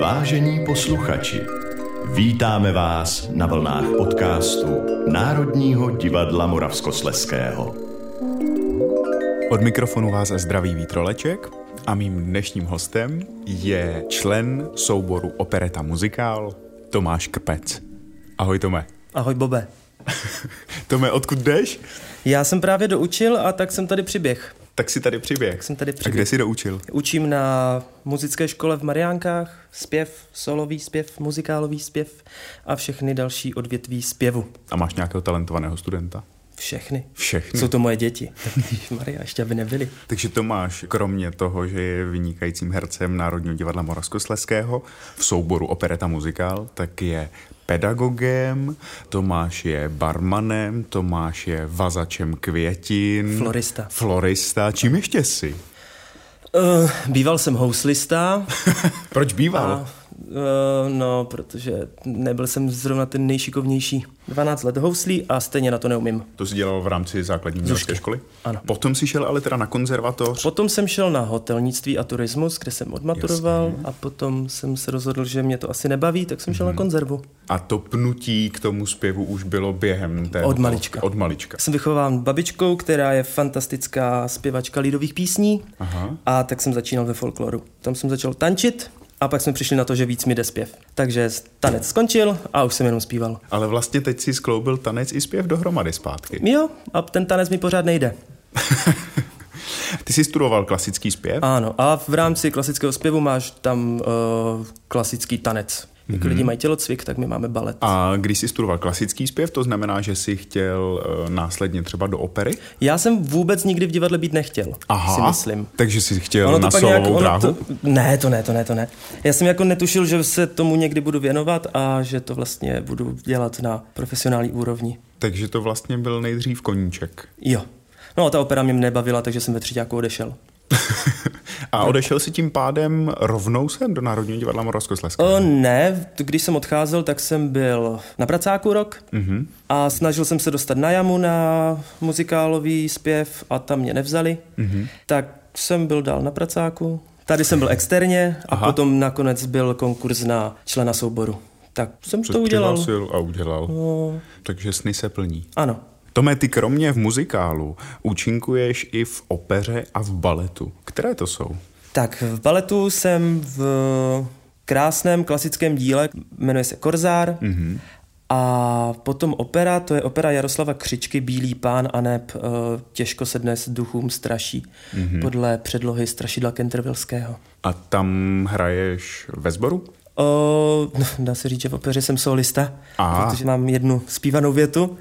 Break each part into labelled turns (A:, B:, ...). A: Vážení posluchači, vítáme vás na vlnách podcastu Národního divadla Moravskosleského.
B: Od mikrofonu vás zdraví Vítroleček a mým dnešním hostem je člen souboru Opereta Muzikál Tomáš Krpec. Ahoj Tome.
C: Ahoj Bobe.
B: Tome, odkud jdeš?
C: Já jsem právě doučil a tak jsem tady přiběh.
B: Tak si tady přiběh. Tak
C: jsem tady
B: A
C: přiběh.
B: kde jsi doučil?
C: Učím na muzické škole v Mariánkách, zpěv, solový zpěv, muzikálový zpěv a všechny další odvětví zpěvu.
B: A máš nějakého talentovaného studenta?
C: Všechny.
B: Všechny.
C: Jsou to moje děti. Maria, ještě aby nebyly.
B: Takže Tomáš, kromě toho, že je vynikajícím hercem Národního divadla Moravskosleského v souboru Opereta Muzikál, tak je pedagogem, Tomáš je barmanem, Tomáš je vazačem květin.
C: Florista.
B: Florista. Čím ještě jsi?
C: Uh, býval jsem houslista.
B: Proč býval?
C: A, uh, no, protože nebyl jsem zrovna ten nejšikovnější. 12 let houslí a stejně na to neumím.
B: To jsi dělal v rámci základní umělecké školy?
C: Ano.
B: Potom jsi šel ale teda na konzervatoř.
C: Potom jsem šel na hotelnictví a turismus, kde jsem odmaturoval Jasně. a potom jsem se rozhodl, že mě to asi nebaví, tak jsem šel na konzervu.
B: A to pnutí k tomu zpěvu už bylo během té...
C: Od malička.
B: Od malička.
C: Jsem vychován babičkou, která je fantastická zpěvačka lidových písní
B: Aha.
C: a tak jsem začínal ve folkloru. Tam jsem začal tančit a pak jsme přišli na to, že víc mi jde zpěv. Takže tanec skončil a už jsem jenom zpíval.
B: Ale vlastně teď si skloubil tanec i zpěv dohromady zpátky.
C: Jo, a ten tanec mi pořád nejde.
B: Ty jsi studoval klasický zpěv?
C: Ano, a v rámci klasického zpěvu máš tam uh, klasický tanec. Jak mm-hmm. lidi mají tělocvik, tak my máme balet.
B: A když jsi studoval klasický zpěv, to znamená, že jsi chtěl eh, následně třeba do opery?
C: Já jsem vůbec nikdy v divadle být nechtěl, si myslím.
B: takže jsi chtěl na solovou dráhu?
C: to, ne, to ne, to ne, to ne. Já jsem jako netušil, že se tomu někdy budu věnovat a že to vlastně budu dělat na profesionální úrovni.
B: Takže to vlastně byl nejdřív koníček.
C: Jo. No a ta opera mě nebavila, takže jsem ve třetí jako odešel.
B: A odešel si tím pádem rovnou sem do Národního divadla Moravskoslezského?
C: O, ne, t- když jsem odcházel, tak jsem byl na pracáku rok mm-hmm. a snažil jsem se dostat na jamu na muzikálový zpěv a tam mě nevzali. Mm-hmm. Tak jsem byl dál na pracáku. Tady jsem byl externě a
B: Aha.
C: Aha. potom nakonec byl konkurs na člena souboru. Tak jsem to udělal.
B: přihlásil a udělal.
C: No,
B: Takže sny se plní.
C: ano.
B: Tome, ty kromě v muzikálu účinkuješ i v opeře a v baletu. Které to jsou?
C: Tak v baletu jsem v krásném klasickém díle, jmenuje se Korzár. Mm-hmm. A potom opera, to je opera Jaroslava Křičky Bílý pán a neb eh, Těžko se dnes duchům straší mm-hmm. podle předlohy Strašidla Kentervilského.
B: A tam hraješ ve sboru?
C: O, no, dá se říct, že v opeře jsem solista,
B: Aha.
C: protože mám jednu zpívanou větu.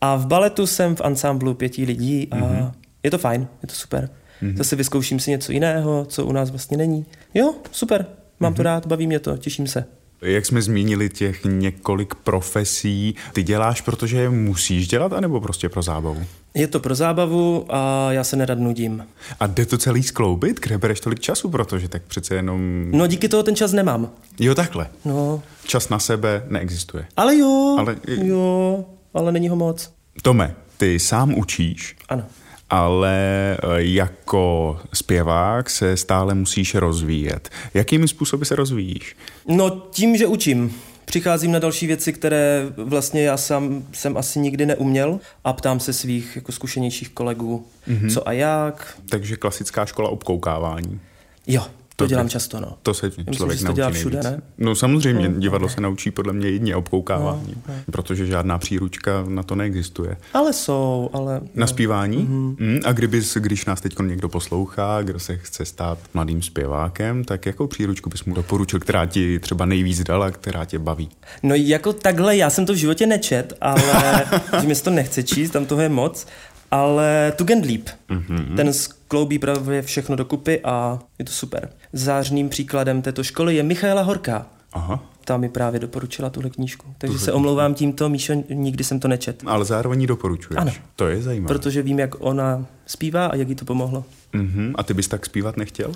C: A v baletu jsem v ansámblu pěti lidí a mm-hmm. je to fajn, je to super. Mm-hmm. Zase vyzkouším si něco jiného, co u nás vlastně není. Jo, super, mám mm-hmm. to rád, baví mě to, těším se.
B: Jak jsme zmínili těch několik profesí, ty děláš, protože je musíš dělat, anebo prostě pro zábavu?
C: Je to pro zábavu a já se nerad nudím.
B: A jde to celý skloubit? Kde bereš tolik času, protože tak přece jenom...
C: No díky toho ten čas nemám.
B: Jo, takhle.
C: No,
B: Čas na sebe neexistuje.
C: ale jo,
B: Ale-
C: ale... jo, ale není ho moc.
B: Tome, ty sám učíš,
C: Ano.
B: ale eh, jako zpěvák se stále musíš rozvíjet. Jakými způsoby se rozvíjíš?
C: No tím, že učím. Přicházím na další věci, které vlastně já sám jsem asi nikdy neuměl a ptám se svých jako zkušenějších kolegů, mm-hmm. co a jak.
B: Takže klasická škola obkoukávání.
C: Jo, to Dobře. dělám často, no.
B: To se
C: Myslím,
B: člověk
C: že se to
B: naučí
C: dělá všude,
B: nejvíc.
C: ne?
B: No samozřejmě, divadlo se naučí podle mě jedině obkoukáváním, no, protože žádná příručka na to neexistuje.
C: Ale jsou, ale...
B: Na zpívání?
C: Mhm.
B: Mm, a kdyby, když nás teď někdo poslouchá, kdo se chce stát mladým zpěvákem, tak jakou příručku bys mu doporučil, která ti třeba nejvíc dala, která tě baví?
C: No jako takhle, já jsem to v životě nečet, ale že mi se to nechce číst, tam toho je moc, ale Tugendlieb, mm-hmm. ten skloubí právě všechno dokupy a je to super. Zářným příkladem této školy je Michaela Horká.
B: Aha.
C: Ta mi právě doporučila tuhle knížku. Takže se omlouvám tímto, Míšo, nikdy jsem to nečet.
B: Ale zároveň ji doporučuješ.
C: Ano.
B: To je zajímavé.
C: Protože vím, jak ona zpívá a jak jí to pomohlo.
B: Mhm. A ty bys tak zpívat nechtěl?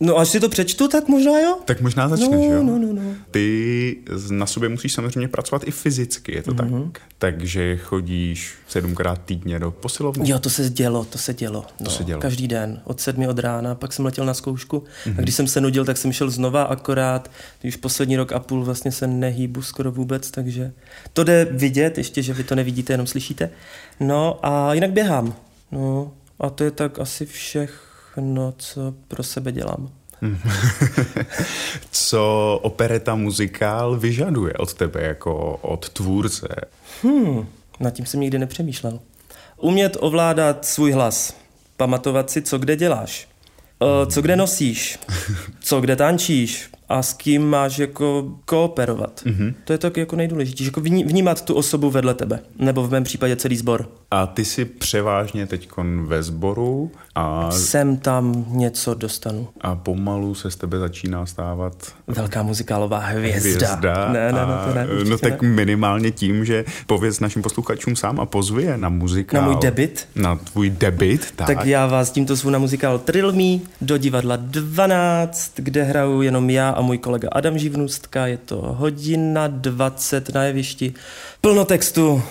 C: No až si to přečtu, tak možná jo.
B: Tak možná začneš,
C: No,
B: jo?
C: no, no, no.
B: Ty z- na sobě musíš samozřejmě pracovat i fyzicky, je to
C: Mhm.
B: mm-hmm. tak? Takže chodíš sedmkrát týdně do posilovny.
C: Jo, to se dělo, to se dělo. No, to
B: se dělo.
C: Každý den, od sedmi od rána, pak jsem letěl na zkoušku mm-hmm. a když jsem se nudil, tak jsem šel znova akorát, když poslední rok a půl vlastně se nehýbu skoro vůbec, takže to jde vidět, ještě, že vy to nevidíte, jenom slyšíte. No a jinak běhám. No a to je tak asi všechno, co pro sebe dělám.
B: Co opereta muzikál vyžaduje od tebe jako od tvůrce?
C: Hmm, nad tím jsem nikdy nepřemýšlel. Umět ovládat svůj hlas, pamatovat si, co kde děláš, eh, co kde nosíš, co kde tančíš a s kým máš jako kooperovat.
B: Mhm.
C: Mm-hmm. To je tak jako nejdůležitější, jako vní- vnímat tu osobu vedle tebe, nebo v mém případě celý sbor.
B: A ty si převážně teď ve sboru a,
C: Sem tam něco dostanu.
B: a pomalu se z tebe začíná stávat
C: Velká muzikálová hvězda.
B: hvězda.
C: Ne, ne,
B: a,
C: ne, to ne, určitě
B: no tak
C: ne.
B: minimálně tím, že pověz našim posluchačům sám a pozvi je na muzikál.
C: Na můj debit?
B: Na tvůj debit, tak.
C: Tak já vás tímto zvu na muzikál Trill Me do divadla 12, kde hraju jenom já a můj kolega Adam Živnůstka. Je to hodina 20 na jevišti. Plno textu,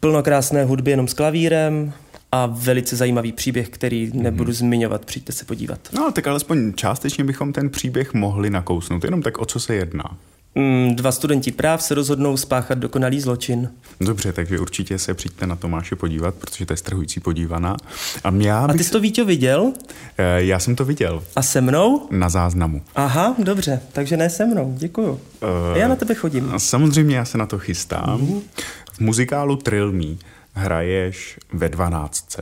C: plno krásné hudby jenom s klavírem a velice zajímavý příběh, který
B: Mhm.
C: nebudu zmiňovat. Přijďte se podívat.
B: No, tak alespoň částečně bychom ten příběh mohli nakousnout. Jenom tak, o co se jedná.
C: Mm, Dva studenti práv se rozhodnou spáchat dokonalý zločin.
B: Dobře, takže určitě se přijďte na Tomáše podívat, protože to je strhující podívaná. A já,
C: A
B: bych,
C: ty jsi to Víťo viděl?
B: eh, já jsem to viděl
C: A se mnou?
B: na záznamu.
C: Aha, dobře, takže ne se mnou, děkuju.
B: Eh,
C: Já na tebe chodím.
B: A Samozřejmě já se na to chystám. V muzikálu Trill Me hraješ ve 12.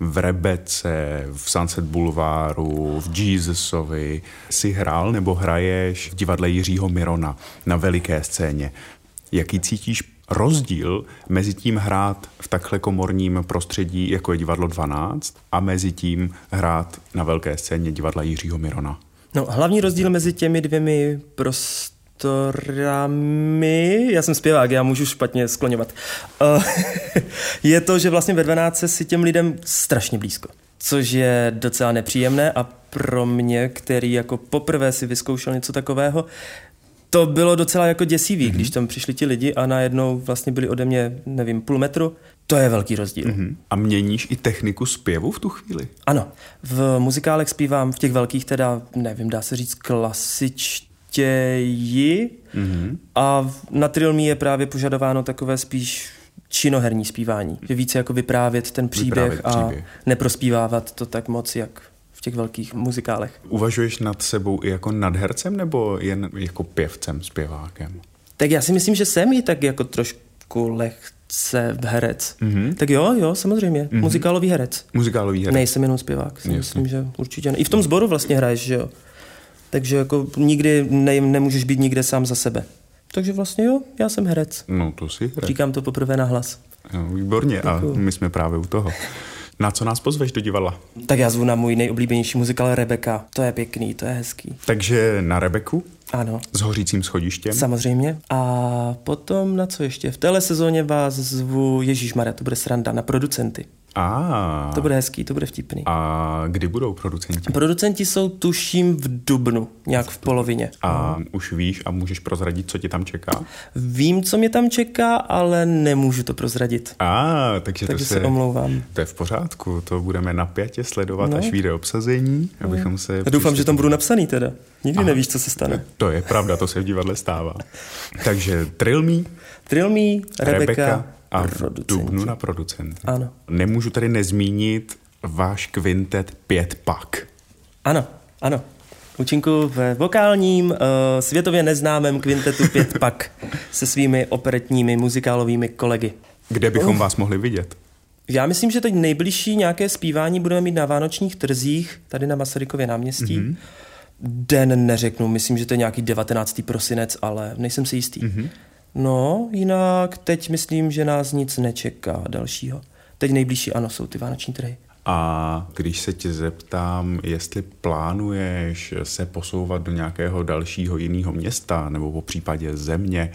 B: V Rebece, v Sunset Boulevardu, v Jesusovi si hrál nebo hraješ v divadle Jiřího Mirona na veliké scéně. Jaký cítíš rozdíl mezi tím hrát v takhle komorním prostředí, jako je divadlo 12, a mezi tím hrát na velké scéně divadla Jiřího Mirona?
C: No, hlavní rozdíl mezi těmi dvěmi prostorami, já jsem zpěvák, já můžu špatně skloňovat, Eh, je to, že vlastně ve 12 si těm lidem strašně blízko, což je docela nepříjemné a pro mě, který jako poprvé si vyzkoušel něco takového, to bylo docela jako děsivý, mm-hmm. když tam přišli ti lidi a najednou vlastně byli ode mě, nevím, půl metru, to je velký rozdíl. Mm-hmm.
B: Hm. A měníš i techniku zpěvu v tu chvíli?
C: Ano, v muzikálech zpívám v těch velkých teda, nevím, dá se říct klasičtěji
B: Mhm.
C: mm-hmm. a v- na Trilmi je právě požadováno takové spíš činoherní zpívání, že více jako vyprávět ten příběh
B: Vyprávět
C: a
B: příběh.
C: neprospívávat to tak moc, jak v těch velkých muzikálech.
B: Uvažuješ nad sebou i jako nad hercem nebo jen jako pěvcem, zpěvákem?
C: Tak já si myslím, že jsem i tak jako trošku lehce herec.
B: Mhm.
C: Mm-hmm. Tak jo, jo, samozřejmě, mm-hmm. muzikálový herec.
B: Muzikálový herec.
C: Nejsem jenom zpěvák, si myslím, že určitě ne. I v tom sboru vlastně hraješ, že jo. Takže jako nikdy ne, nemůžeš být nikde sám za sebe. Takže vlastně jo, já jsem herec.
B: No to si herec.
C: Říkám to poprvé na hlas.
B: No, výborně a my jsme právě u toho. Na co nás pozveš do divadla?
C: Tak já zvu na můj nejoblíbenější muzikál Rebeka. To je pěkný, to je hezký.
B: Takže na Rebeku
C: Ano,
B: s hořícím schodištěm.
C: samozřejmě. A potom na co ještě? V téhle sezóně vás zvu Ježíš to bude sranda, na producenty.
B: A,
C: To bude hezký, to bude vtipný.
B: a kdy budou producenti?
C: Producenti jsou tuším v dubnu, nějak v polovině.
B: A
C: No.
B: už víš a můžeš prozradit, co tě tam čeká?
C: Vím, co mě tam čeká, ale nemůžu to prozradit.
B: A, takže,
C: Takže
B: to
C: se omlouvám. No.
B: To je v pořádku, to budeme napjatě sledovat, až vyjde obsazení, abychom se...
C: Já doufám, že tam budu napsaný teda. Nikdy Aha. nevíš, co se stane.
B: To je pravda, to se v divadle stává. Takže Trilmí,
C: Trilmí, Rebeka
B: Rebeka
C: a
B: a
C: producent.
B: Dubnu na producent.
C: Ano.
B: Nemůžu tady nezmínit váš kvintet Pět pak.
C: Ano, ano. Účinku ve vokálním, uh, světově neznámém kvintetu Pět pak se svými operetními muzikálovými kolegy.
B: Kde bychom vás mohli vidět?
C: Já myslím, že teď nejbližší nějaké zpívání budeme mít na Vánočních trzích, tady na Masarykově náměstí. Mm-hmm. Den neřeknu, myslím, že to je nějaký 19. prosinec, ale nejsem si jistý. Mm-hmm. No, jinak teď myslím, že nás nic nečeká dalšího. Teď nejbližší, ano, jsou ty Vánoční trhy.
B: A když se tě zeptám, jestli plánuješ se posouvat do nějakého dalšího jiného města nebo po případě země,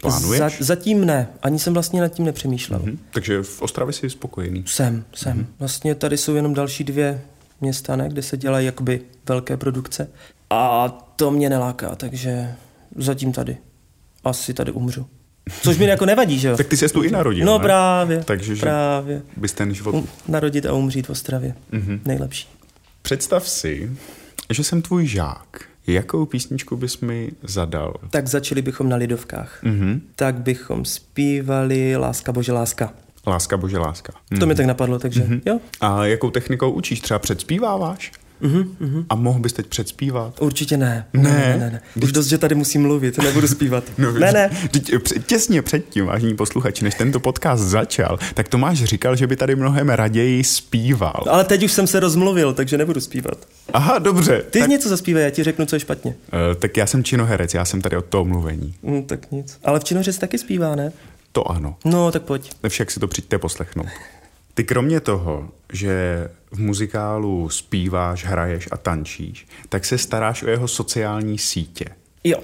B: plánuješ? Mhm.
C: Za, zatím ne, ani jsem vlastně nad tím nepřemýšlel. Mm-hmm.
B: Hm, Takže v Ostravě jsi spokojený.
C: Jsem, jsem. Mm-hmm. Vlastně tady jsou jenom další dvě města, ne, kde se dělají jakoby velké produkce. A to mě neláká, takže zatím tady. Asi tady umřu. Což mi jako nevadí, že jo?
B: Tak ty se tu i narodil,
C: No
B: ne?
C: právě,
B: Takže že
C: právě.
B: bys ten život...
C: Um, Narodit a umřít v Ostravě.
B: Mhm.
C: Mm-hmm. Nejlepší.
B: Představ si, že jsem tvůj žák. Jakou písničku bys mi zadal?
C: Tak začali bychom na Lidovkách. Mm-hmm.
B: Mhm.
C: Tak bychom zpívali Láska bože láska. Mm-hmm.
B: Láska bože láska. Hm.
C: To mi tak napadlo, takže mm-hmm. jo.
B: A jakou technikou učíš? Třeba předspíváváš?
C: Mhm,
B: Mm-hmm. A mohl bys teď předspívat?
C: Určitě ne.
B: Ne? No,
C: Ne, ne, ne. Už dost, že tady musím mluvit, nebudu zpívat. ne, ne.
B: Teď, eh, těsně předtím, vážení posluchači, než tento podcast začal, tak Tomáš říkal, že by tady mnohem raději zpíval.
C: No, Ale teď už jsem se rozmluvil, takže nebudu zpívat.
B: Aha, dobře.
C: Ty
B: tak,
C: tak... něco zaspívej, já ti řeknu, co je špatně.
B: eh, tak já jsem činoherec, já jsem tady od toho mluvení.
C: Hm, tak nic. Ale v činoře se taky zpívá, ne?
B: To ano.
C: No, tak pojď.
B: Však si to přijďte poslechnout. Ty kromě toho, že v muzikálu zpíváš, hraješ a tančíš, tak se staráš o jeho sociální sítě.
C: Jo,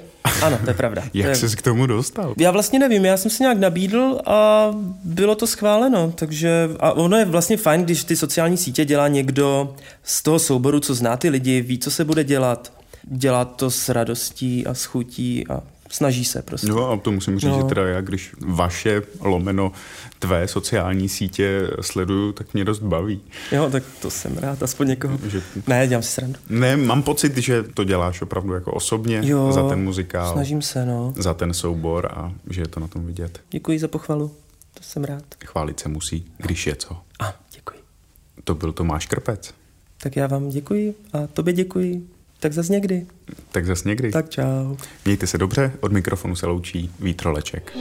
C: ano, to je pravda. to je...
B: Jak jsi k tomu dostal?
C: Já vlastně nevím, já jsem se nějak nabídl a bylo to schváleno, takže a ono je vlastně fajn, když ty sociální sítě dělá někdo z toho souboru, co zná ty lidi, ví, co se bude dělat, dělá to s radostí a s chutí a snaží se prostě.
B: No a to musím říct, no.
C: No.
B: že teda já, když vaše lomeno tvé sociální sítě sleduju, tak mě dost baví.
C: Jo, tak to jsem rád, aspoň někoho.
B: Že-
C: Ne, dělám si srandu.
B: Ne, mám pocit, že to děláš opravdu jako osobně
C: Jo,
B: za ten muzikál,
C: Snažím se, no.
B: za ten soubor a že je to na tom vidět.
C: Děkuji za pochvalu, to jsem rád.
B: Chválit se musí, když je co.
C: A, děkuji.
B: To byl Tomáš Krpec.
C: Tak já vám děkuji a tobě děkuji. Tak zas někdy.
B: Tak zas někdy.
C: Tak čau.
B: Mějte se dobře, od mikrofonu se loučí Vítroleček.